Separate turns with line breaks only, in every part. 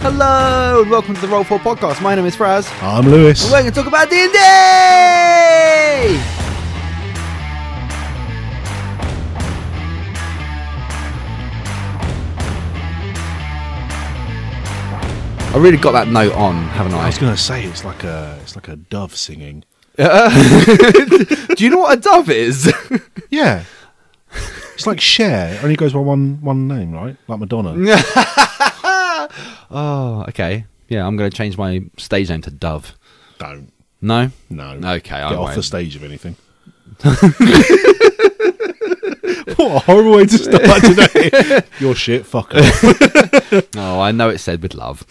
Hello and welcome to the Roll 4 podcast. My name is Fraz.
I'm Lewis.
And we're going to talk about D&D! I really got that note on, haven't
I
I?
was gonna say it's like a it's like a dove singing.
Do you know what a dove is?
Yeah, it's like Cher. It only goes by one one name, right?
Mm.
Like Madonna.
oh, okay. Yeah, I'm going to change my stage name to Dove.
Don't.
No?
No.
Okay,
Get
I
off the
won't.
stage of anything. what a horrible way to start today. Your shit, fuck off.
Oh, I know it's said with love.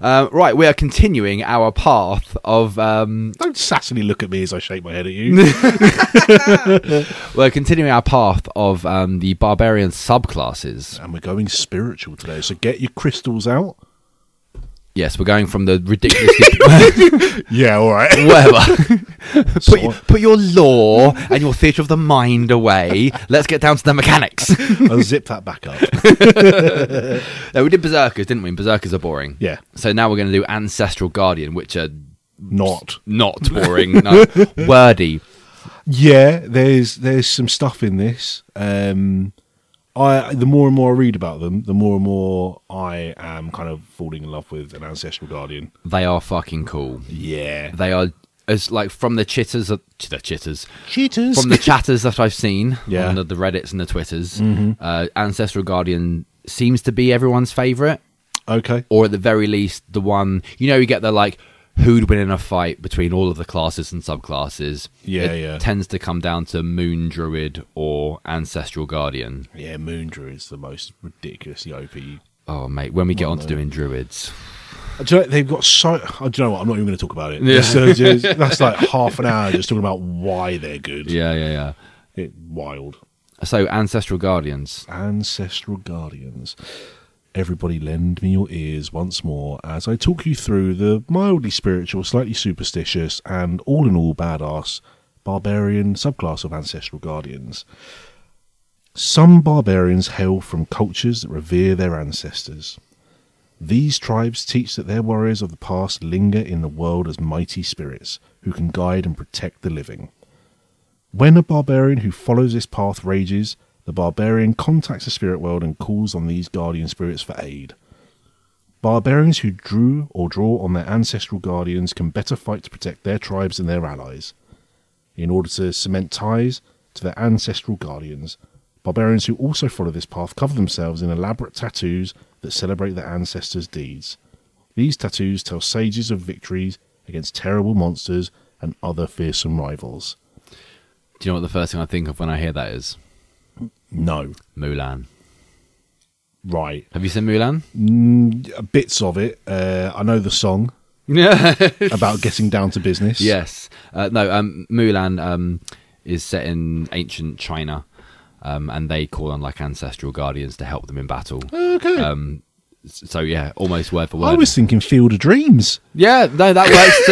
Uh, right, we are continuing our path of um,
Don't sassily look at me as I shake my head at you.
we're continuing our path of um, the barbarian subclasses.
and we're going spiritual today, so get your crystals out.
Yes, we're going from the ridiculous
Yeah, all right.
whatever.
So-
put, your, put your law and your theatre of the mind away. Let's get down to the mechanics.
I'll zip that back up.
no, we did berserkers, didn't we? And berserkers are boring.
Yeah.
So now we're going to do ancestral guardian, which are
Not.
not boring. no, wordy.
Yeah, there's there's some stuff in this. Um, I the more and more I read about them, the more and more I am kind of falling in love with an ancestral guardian.
They are fucking cool.
Yeah,
They are as like from the chitters, of, the chitters,
cheaters.
from the chatters that I've seen
Yeah. Mm-hmm.
on the, the Reddits and the Twitters, uh, Ancestral Guardian seems to be everyone's favorite,
okay,
or at the very least, the one you know you get the like who'd win in a fight between all of the classes and subclasses.
Yeah,
it
yeah.
Tends to come down to Moon Druid or Ancestral Guardian.
yeah, Moondrew is the most ridiculously OP. Do you
Oh mate, when we get on to doing druids,
Uh, know, they've got so. I do you know what? I'm not even going to talk about it.
Yeah.
So just- that's like half an hour just talking about why they're good.
yeah, yeah, yeah.
It, wild.
So Ancestral Guardians.
ancestral guardians. Everybody, lend me your ears once more as I talk you through the mildly spiritual, slightly superstitious, and all in all badass barbarian subclass of ancestral guardians. Some barbarians hail from cultures that revere their ancestors. These tribes teach that their warriors of the past linger in the world as mighty spirits who can guide and protect the living. When a barbarian who follows this path rages, the barbarian contacts the spirit world and calls on these guardian spirits for aid. Barbarians who drew or draw on their ancestral guardians can better fight to protect their tribes and their allies. In order to cement ties to their ancestral guardians, barbarians who also follow this path cover themselves in elaborate tattoos that celebrate their ancestors' deeds. These tattoos tell sages of victories against terrible monsters and other fearsome rivals.
Do you know what the first thing I think of when I hear that is
No.
Mulan?
Right.
Have you seen Mulan?
Mm, bits of it. Uh, I know the song
Yeah.
about getting down to business.
Yes. Uh, no, um, Mulan um, is set in ancient China, um, and they call on like ancestral guardians to help them in battle.
Okay.
Um, s- so yeah, almost word for word.
I was thinking Field of Dreams.
Yeah, no, that works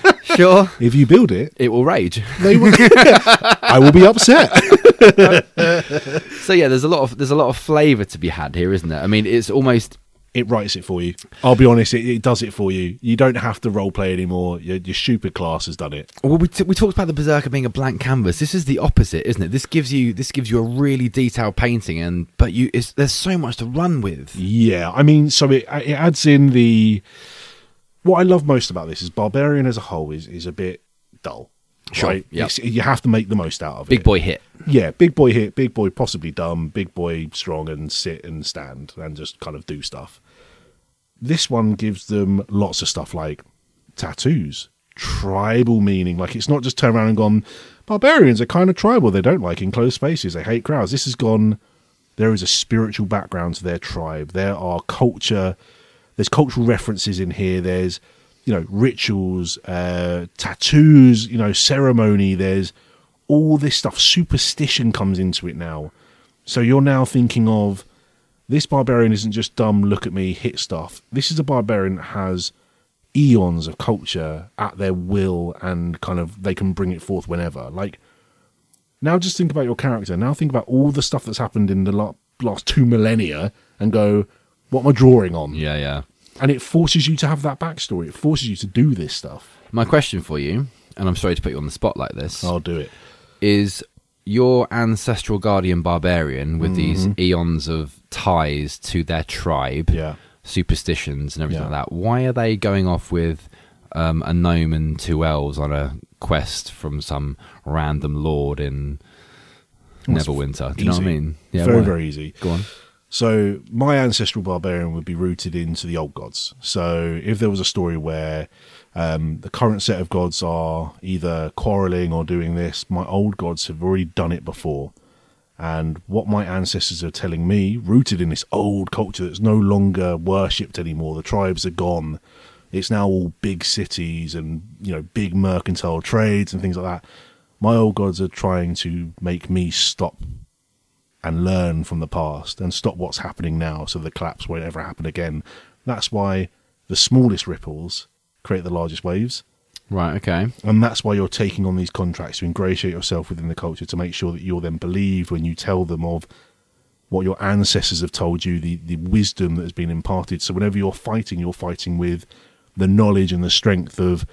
too. sure,
If you build it,
it will rage.
they will, I will be upset.
So yeah, there's a lot of there's a lot of flavour to be had here, isn't there? I mean, it's almost
It writes it for you. I'll be honest, it, it does it for you. You don't have to role play anymore. Your, your stupid class has done it.
Well, we, t- we talked about the Berserker being a blank canvas. This is the opposite, isn't it? This gives you this gives you a really detailed painting, and but you it's, there's so much to run with.
Yeah, I mean, so it it adds in the what I love most about this is barbarian as a whole is is a bit dull.
Sure,
right?
yeah.
It's- you have to make the most out of it.
Big boy hit.
Yeah, big boy hit, big boy possibly dumb, big boy strong and sit and stand and just kind of do stuff. This one gives them lots of stuff like tattoos, tribal meaning. Like it's not just turned around and gone, barbarians are kind of tribal. They don't like enclosed spaces, they hate crowds. This has gone, there is a spiritual background to their tribe. There are culture, there's cultural references in here. There's, you know, rituals, uh, tattoos, you know, ceremony. There's all this stuff. Superstition comes into it now. So you're now thinking of this barbarian isn't just dumb, look at me, hit stuff. This is a barbarian that has eons of culture at their will and kind of they can bring it forth whenever. Like, now just think about your character. Now think about all the stuff that's happened in the la- last two millennia and go, what am I drawing on?
Yeah, yeah.
And it forces you to have that backstory. It forces you to do this stuff.
My question for you, and I'm sorry to put you on the spot like this,
I'll do it.
is your ancestral guardian barbarian with these eons of ties to their tribe,
Mm-hmm. Yeah.
superstitions and everything
Yeah.
like that. Why are they going off with um, a gnome and two elves on a quest from some random lord in Neverwinter? Do you know what I
easy.
mean? Yeah,
very,
why?
very easy.
Go on.
So my ancestral barbarian would be rooted into the old gods. So if there was a story where um, the current set of gods are either quarreling or doing this, my old gods have already done it before. And what my ancestors are telling me, rooted in this old culture that's no longer worshipped anymore, the tribes are gone. It's now all big cities and you know big mercantile trades and things like that. My old gods are trying to make me stop and learn from the past and stop what's happening now so the collapse won't ever happen again. That's why the smallest ripples create the largest waves.
Right, okay.
And that's why you're taking on these contracts to ingratiate yourself within the culture to make sure that you're then believed when you tell them of what your ancestors have told you, the, the wisdom that has been imparted. So whenever you're fighting, you're fighting with the knowledge and the strength of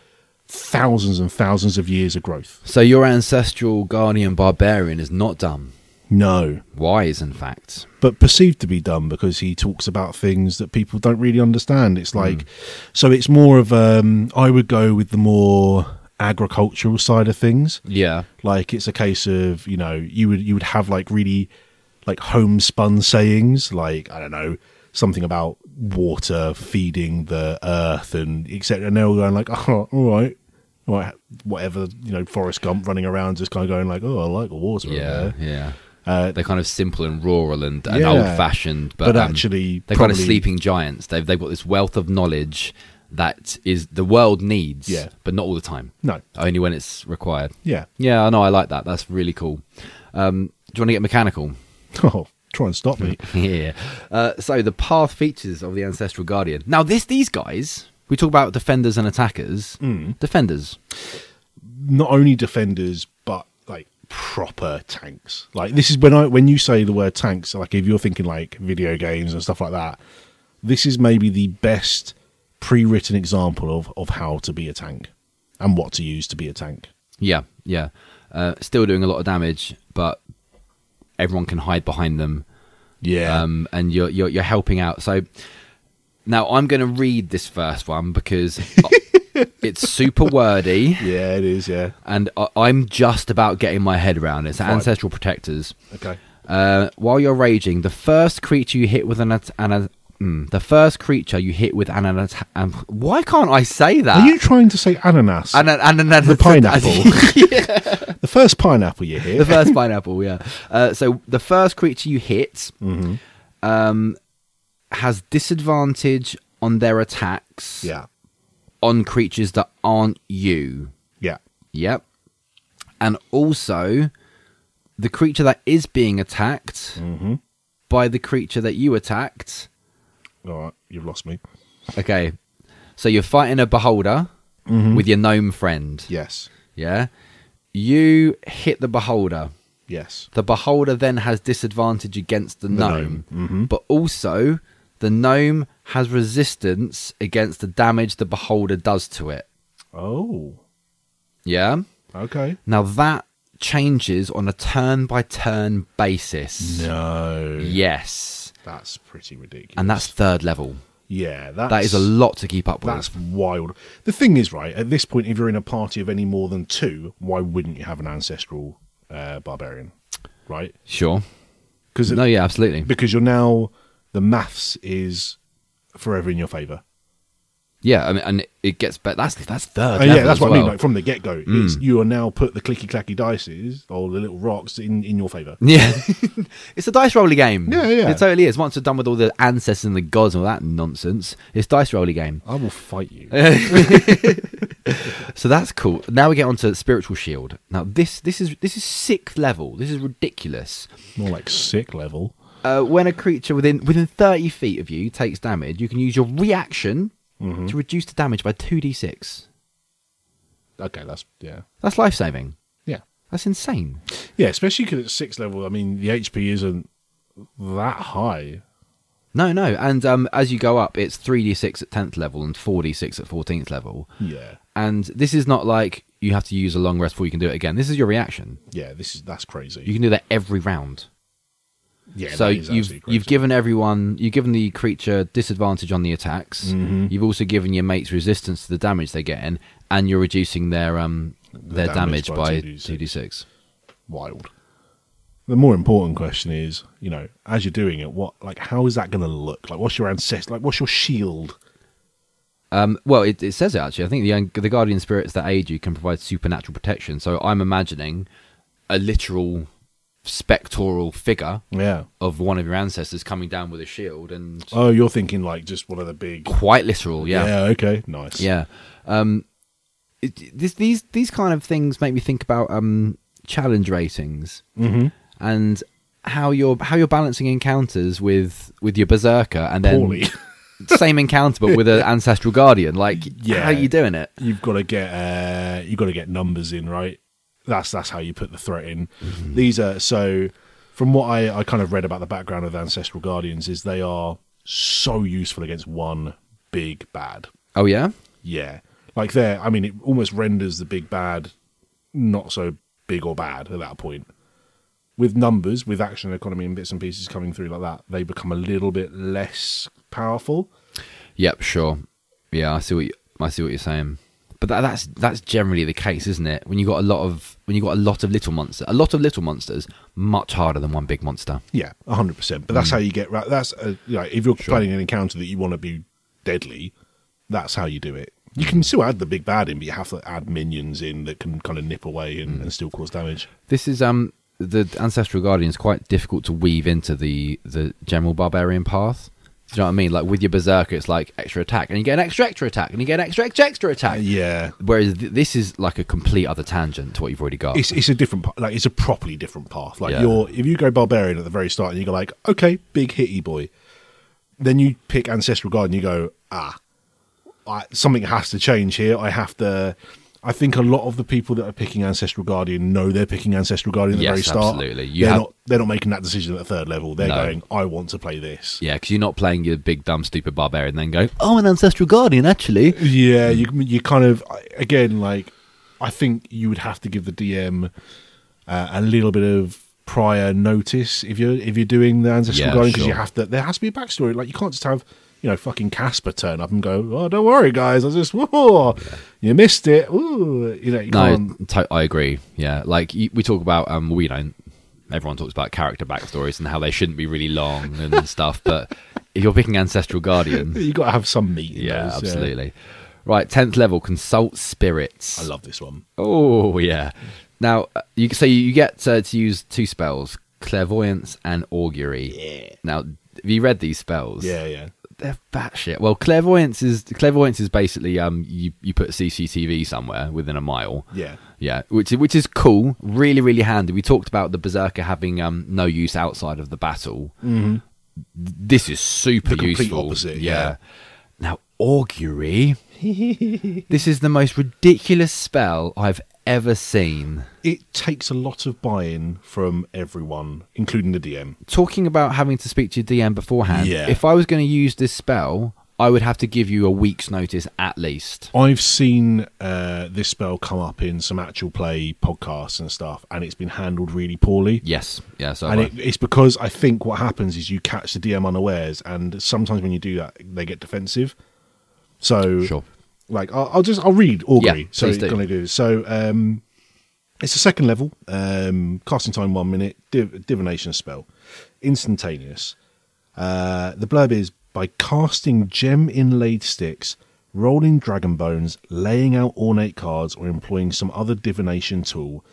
thousands and thousands of years of growth.
So your ancestral guardian barbarian is not dumb.
No,
Wise, in fact.
but perceived to be dumb because he talks about things that people don't really understand. It's like, so it's more of um, I would go with the more agricultural side of things.
Yeah.
Like it's a case of you know you would you would have like really like homespun sayings like I don't know something about water feeding the earth and etc. And they're all going like oh all right. all right," whatever you know, Forrest Gump running around, just kind of going like, "Oh, I like the water." over
Yeah,
there."
yeah.
Uh,
They're kind of simple and rural and, and
Yeah.
old-fashioned, but,
But
um,
actually
they're kind of
probably-
sleeping giants. They've they've got this wealth of knowledge that is the world needs,
Yeah.
but not all the time.
No,
Only when it's required.
yeah.
Yeah, I know. I like that. That's really cool. Um, do you want to get mechanical?
Oh, try and stop me.
yeah. Uh, so the path features of the ancestral guardian. Now, this these guys we talk about defenders and attackers.
Mm.
Defenders.
Not only defenders, but like proper tanks. Like this is when I when you say the word tanks, like if you're thinking like video games and stuff like that, this is maybe the best pre-written example of of how to be a tank and what to use to be a tank.
Yeah, yeah. Uh, still doing a lot of damage, but everyone can hide behind them.
Yeah.
um, and you're, you're you're helping out. So now I'm going to read this first one because it's super wordy,
yeah, it is, yeah.
and I, I'm just about getting my head around it. So
Fine.
ancestral protectors.
Okay.
Uh, while you're raging, the first creature you hit with an, at- an, an mm, the first creature you hit with an, an attack. Um, why can't I say that?
Are you trying to say ananas?
an, an, an, an,
the pineapple. The first pineapple you
the
hit.
first pineapple, yeah. Uh, so the first creature you hit um, has disadvantage on their attacks
Yeah.
on creatures that aren't you.
Yeah.
Yep. And also, the creature that is being attacked by the creature that you attacked.
All right, you've lost me.
Okay. So you're fighting a beholder with your gnome friend.
Yes.
Yeah. You hit the beholder.
Yes.
The beholder then has disadvantage against the, gnome,
gnome, Mm-hmm.
but also the gnome has resistance against the damage the beholder does to it.
Oh.
Yeah.
Okay.
Now that changes on a turn by turn basis.
No.
Yes.
That's pretty ridiculous.
And that's third level.
yeah, that's,
That is a lot to keep up with.
That's wild. The thing is, right at this point, if you're in a party of any more than two, why wouldn't you have an ancestral uh, barbarian, right?
sure.
Because
No, yeah, absolutely.
because you're now the maths is forever in your favour.
Yeah, I mean, and it gets better. That's that's third.
Uh,
level
yeah, that's
as
what I mean.
well. Hmm.
Like from the get go, you are now put the clicky clacky dices or the little rocks in in your favour.
Yeah, it's a dice roller game.
Yeah, yeah.
It totally is. Once we're done with all the ancestors and the gods and all that nonsense, it's dice roller game.
I will fight you.
So that's cool. Now we get onto spiritual shield. Now this this is this is sixth level. This is ridiculous.
More like sick level.
Uh, when a creature within within thirty feet of you takes damage, you can use your reaction
Mm-hmm.
to reduce the damage by two d six.
Okay, that's yeah,
That's life saving.
yeah.
That's insane.
Yeah, especially because it's sixth level. I mean, the HP isn't that high.
No, no. And um, as you go up, it's 3d6 at 10th level and 4d6 at 14th level.
Yeah,
And this is not like you have to use a long rest before you can do it again. This is your reaction.
yeah. This is that's crazy.
You can do that every round.
yeah,
so
that is
you've
absolutely
you've
crazy.
given everyone you've given the creature disadvantage on the attacks.
Mm-hmm.
You've also given your mates resistance to the damage they're getting, and you're reducing their um their
damage
damage,
by
by
2d6.
two d six.
wild. The more important question is, you know, as you're doing it, what like how is that going to look? Like, what's your ancestor? Like, what's your shield?
Um, well, it, it says it actually. I think the un- the guardian spirits that aid you can provide supernatural protection. So I'm imagining a literal spectral figure
Yeah.
of one of your ancestors coming down with a shield and
Oh, you're thinking like just one of the big.
quite literal. Yeah,
Yeah. Okay. Nice.
Yeah. Um, it, this, these these kind of things make me think about um, challenge ratings
Mm-hmm.
and how you're how you're balancing encounters with with your berserker and then
Poorly.
same encounter but with an ancestral guardian. Like,
Yeah.
how are you doing it?
you've got to get uh, you've got to get numbers in, right? That's that's how you put the threat in.
Mm-hmm.
These are so from what I, I kind of read about the background of the ancestral guardians is they are so useful against one big bad.
Oh yeah,
Yeah, like there. I mean, it almost renders the big bad not so big or bad at that point. With numbers, with action economy and bits and pieces coming through like that, they become a little bit less powerful.
yep, sure, yeah. I see what you, I see what you're saying. But that, that's that's generally the case, isn't it? When you got a lot of when you got a lot of little monsters, a lot of little monsters, much harder than one big monster.
Yeah, Mm. hundred percent. But that's how you get. Ra- that's a, you know, if you're planning an encounter that you want to be deadly, that's how you do it. You can still add the big bad in, but you have to add minions in that can kind of nip away and, and still cause damage.
This is um the ancestral guardian is quite difficult to weave into the the general barbarian path. Do you know what I mean? Like with your berserker, it's like extra attack, and you get an extra extra attack, and you get an extra extra extra attack.
Uh, Yeah,
Whereas th- this is like a complete other tangent to what you've already got.
it's it's a different pa- like it's a properly different path. Like
Yeah.
you're if you go barbarian at the very start and you go like okay big hitty boy, then you pick ancestral guard and you go ah, I, something has to change here. I have to. I think a lot of the people that are picking ancestral guardian know they're picking ancestral guardian at the
Yes,
very start.
absolutely. You
they're
have-
not they're not making that decision at the third level. They're
No.
going I want to play this.
yeah, because you're not playing your big dumb stupid barbarian, and then go, oh, an ancestral guardian actually.
Yeah, you you kind of again like I think you would have to give the DM uh, a little bit of prior notice if you're if you're doing the ancestral
Yeah,
guardian because you
sure.
have to there has to be a backstory like you can't just have you know fucking Casper turn up and go oh don't worry guys I just whoa you missed it Ooh. you know you
No,
can't
to- I agree. Yeah, like you, we talk about, um, we don't. Everyone talks about character backstories and how they shouldn't be really long and stuff. But if you're picking ancestral guardian,
you got to have some meat in
Yeah,
those,
absolutely. Right, tenth level, consult spirits.
I love this one
Oh yeah. Now uh, you so you get uh, to use two spells: clairvoyance and augury.
Yeah.
Now, have you read these spells?
yeah yeah
they're batshit. Well, clairvoyance is clairvoyance is basically um you you put CCTV somewhere within a mile.
yeah
Yeah, which which is cool, really really handy. We talked about the berserker having um no use outside of the battle. Mm-hmm. This is super
The complete
useful.
opposite, yeah.
Now augury. this is the most ridiculous spell I've ever seen.
it takes a lot of buy-in from everyone including the DM
Talking about having to speak to your DM beforehand.
Yeah.
If I was going to use this spell, I would have to give you a week's notice at least.
I've seen uh, this spell come up in some actual play podcasts and stuff, and it's been handled really poorly.
Yes. Yeah. So
And
I-
it, it's because I think what happens is you catch the DM unawares, and sometimes when you do that, they get defensive. So,
Sure.
like, I'll, I'll just I'll read augury.
Yeah,
so
please
it's
do.
gonna do so. Um, it's a second level um, casting time one minute div- divination spell, instantaneous. Uh, the blurb is by casting gem inlaid sticks, rolling dragon bones, laying out ornate cards, or employing some other divination tool,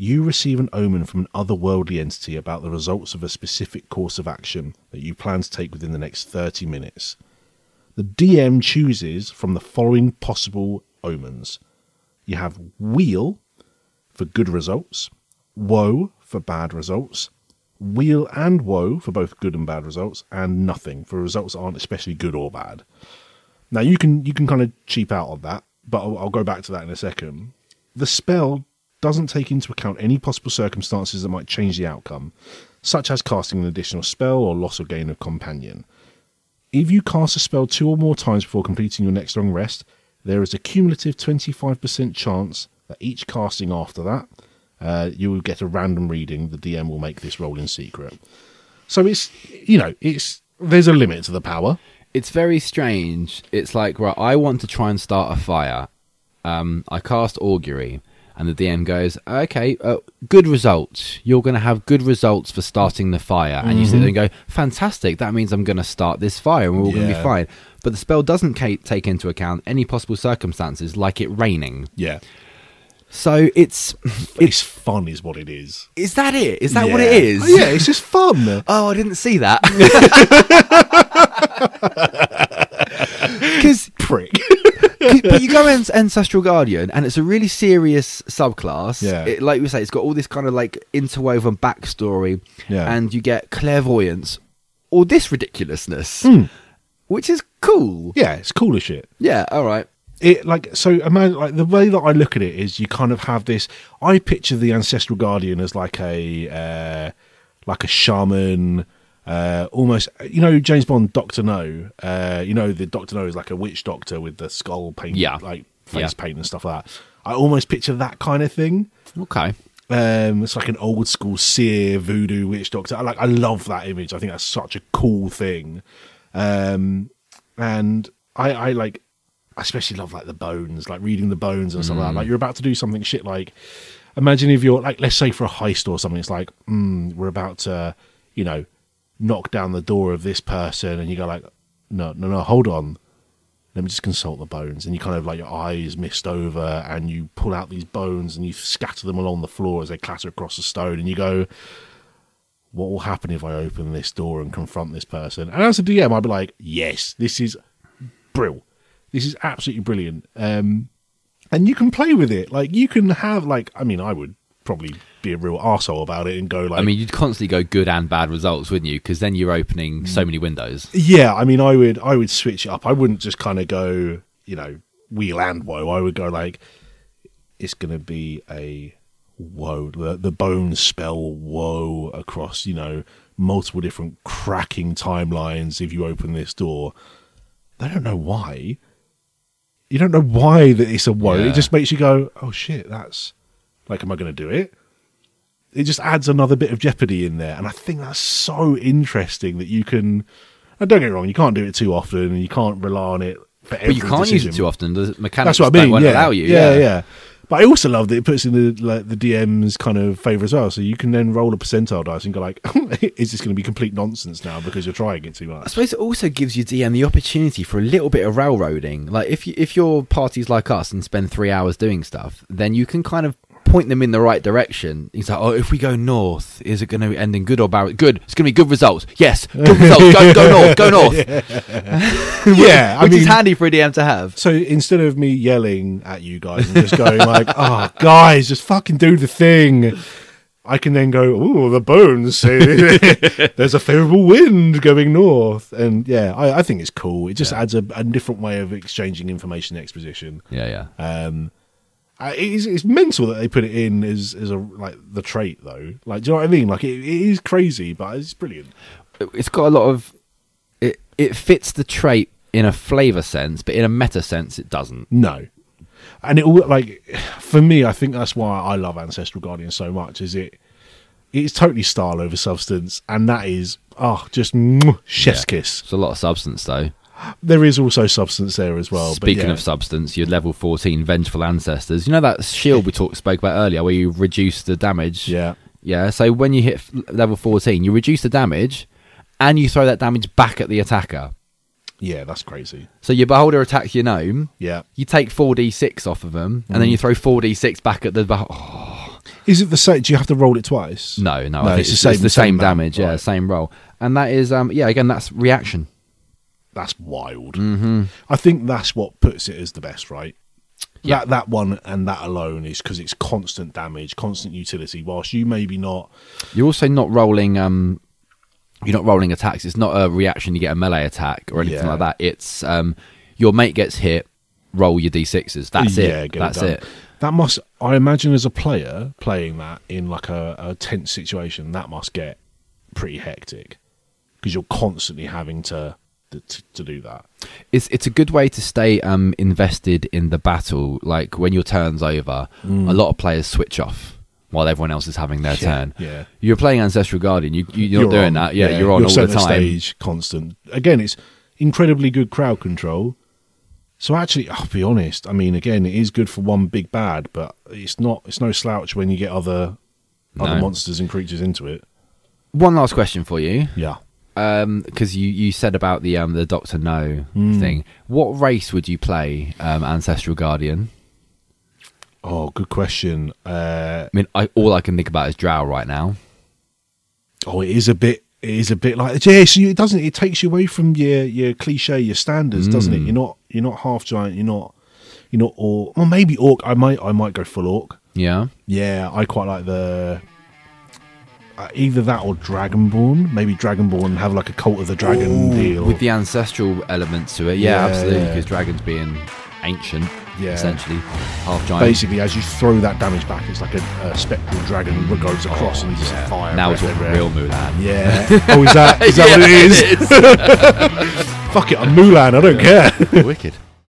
you receive an omen from an otherworldly entity about the results of a specific course of action that you plan to take within the next 30 minutes. The DM chooses from the following possible omens you have wheel for good results, woe for bad results, wheel and woe for both good and bad results, and nothing for results that aren't especially good or bad. Now you can you can kind of cheap out on that, but I'll, I'll go back to that in a second. The spell doesn't take into account any possible circumstances that might change the outcome, such as casting an additional spell or loss or gain of companion. If you cast a spell two or more times before completing your next long rest, there is a cumulative 25% chance that each casting after that, uh, you will get a random reading. The DM will make this roll in secret. So it's, you know, it's there's a limit to the power.
It's very strange. It's like, right, I want to try and start a fire. Um, I cast Augury, and the DM goes, okay, uh, good results. You're going to have good results for starting the fire. And you sit there and go, fantastic. That means I'm going to start this fire, and we're all going to
Yeah.
be fine. But the spell doesn't ca- take into account any possible circumstances, like it raining.
Yeah.
So it's
It's fun, is what it is.
is that it? Is that what
Yeah.
it is?
Yeah, it's just fun.
Oh, I didn't see that. Because
Prick.
but you go in ancestral guardian and it's a really serious subclass
Yeah.
it, like we say it's got all this kind of like interwoven backstory
Yeah.
and you get clairvoyance or this ridiculousness
Hmm.
which is cool
yeah, it's cool as shit.
yeah all right
it like so imagine like the way that i look at it is you kind of have this i picture the ancestral guardian as like a uh like a shaman uh almost you know james bond dr no uh you know the dr no is like a witch doctor with the skull paint
Yeah.
like face
Yeah.
paint and stuff like that i almost picture that kind of thing
okay
um it's like an old school seer voodoo witch doctor i like i love that image i think that's such a cool thing um and i i like i especially love like the bones like reading the bones and stuff like that like you're about to do something shit like imagine if you're like let's say for a heist or something it's like mm, we're about to you know knock down the door of this person and you go like no no no hold on let me just consult the bones. And you kind of like your eyes mist over and you pull out these bones and you scatter them along the floor as they clatter across the stone. And you go, What will happen if I open this door and confront this person? And as a DM, I'd be like, Yes, this is brill. This is absolutely brilliant. Um, and you can play with it. Like, you can have, like, I mean, I would probably be a real arsehole about it and go, like,
i mean you'd constantly go good and bad results wouldn't you because then you're opening so
Hmm.
many windows
Yeah, I mean, I would I would switch it up. I wouldn't just kind of go, you know, wheel and woe. I would go like, it's going to be a woe, the, the bone spell woe across, you know, multiple different cracking timelines. If you open this door, they don't know why. You don't know why that it's a woe.
Yeah.
It just makes you go, oh shit, that's like, am I going to do it? it just adds another bit of jeopardy in there. And I think that's so interesting that you can. And don't get me wrong, you can't do it too often, and you can't rely on it for every
but you can't use
decision.
it too often the mechanics
That's what I mean.
won't
yeah.
allow you
Yeah, yeah, But I also love that it puts in the like the DM's kind of favour as well. So you can then roll a percentile dice and go like, is this going to be complete nonsense now because you're trying it too
I
much?
suppose it also gives your DM the opportunity for a little bit of railroading. Like if you, if your party's like us and spend three hours doing stuff, then you can kind of point them in the right direction. He's like, oh, if we go north, is it going to end in good or bad? Good. It's going to be good results. Yes, good results. Go, go north. Go north.
yeah, I
Which
mean,
is handy for a DM to have.
So instead of me yelling at you guys and just going like, "Oh, guys, just fucking do the thing," I can then go, "Ooh, the bones say there's a favourable wind going north," and yeah, I, I think it's cool. It just adds a, a different way of exchanging information and exposition.
Yeah, yeah.
Um, I- it's, it's mental that they put it in as as a like the trait though. Like, do you know what I mean? Like, it, it is crazy, but it's brilliant.
it's got a lot of it. It fits the trait in a flavor sense, but in a meta sense, it doesn't.
No. And it all like for me, I think that's why I love Ancestral Guardian so much, is it it's totally style over substance, and that is oh just mwah, chef's
Yeah.
kiss.
It's a lot of substance, though.
There is also substance there as well.
Speaking
but yeah.
of substance, your level 14 Vengeful Ancestors. You know that shield we talked spoke about earlier where you reduce the damage?
Yeah.
Yeah, so when you hit f- level 14, you reduce the damage and you throw that damage back at the attacker.
Yeah, that's crazy.
So your beholder attacks your gnome,
Yeah.
you take 4d6 off of them, and
Mm.
then you throw 4d6 back at the beholder. Oh,
Is it the same do you have to roll it twice?
no, no,
No,
I think
it's
it's,
the
it's
same-
the same,
same ma-
damage, yeah,
right.
same roll. And that is, um, yeah, again, that's reaction.
That's wild.
Mm-hmm.
I think that's what puts it as the best, right?
Yeah.
That that one and that alone is because it's constant damage, constant utility. Whilst you maybe not
You're also not rolling. Um, you're not rolling attacks. It's not a reaction. You get a melee attack or anything
Yeah.
like that. It's um, your mate gets hit. Roll your d6s. That's it.
get
That's
done.
it.
That must, I imagine, as a player playing that in like a, a tense situation, that must get pretty hectic because you're constantly having to to, to do that.
It's it's a good way to stay um, invested in the battle. Like when your turn's over,
Mm.
a lot of players switch off while everyone else is having their turn.
yeah.
You're playing Ancestral Guardian. You, you you're, not
You're
doing
on.
that. Yeah, you're on all the
centre
time.
stage, constant. Again, it's incredibly good crowd control. So actually, I'll be honest. I mean, again, it is good for one big bad, but it's not. It's no slouch when you get other other
No.
monsters and creatures into it.
One last question for you,
Yeah.
because Um, you, you said about the um the Doctor No
Hmm.
thing. What race would you play um, Ancestral Guardian?
Oh, good question. Uh,
I mean, I, all I can think about is Drow right now.
oh, it is a bit. It is a bit like yeah. So you- it doesn't. It takes you away from your your cliche, your standards, doesn't
Mm.
it? You're not. You're not half giant. You're not. You're not orc. Well, maybe orc. I might. I might go full orc.
Yeah.
Yeah, I quite like the uh, either that or Dragonborn. Maybe Dragonborn have like a cult of the dragon deal.
With the ancestral elements to it, yeah,
Yeah,
absolutely.
yeah.
Because dragons being ancient,
Yeah.
essentially half giant.
Basically, as you throw that damage back, it's like a, a spectral dragon that goes across and just fire.
Oh, now it's
breath
what
everywhere.
real Mulan.
Yeah. oh, is that is that what it is? Fuck it, I'm Mulan. I don't care.
Wicked.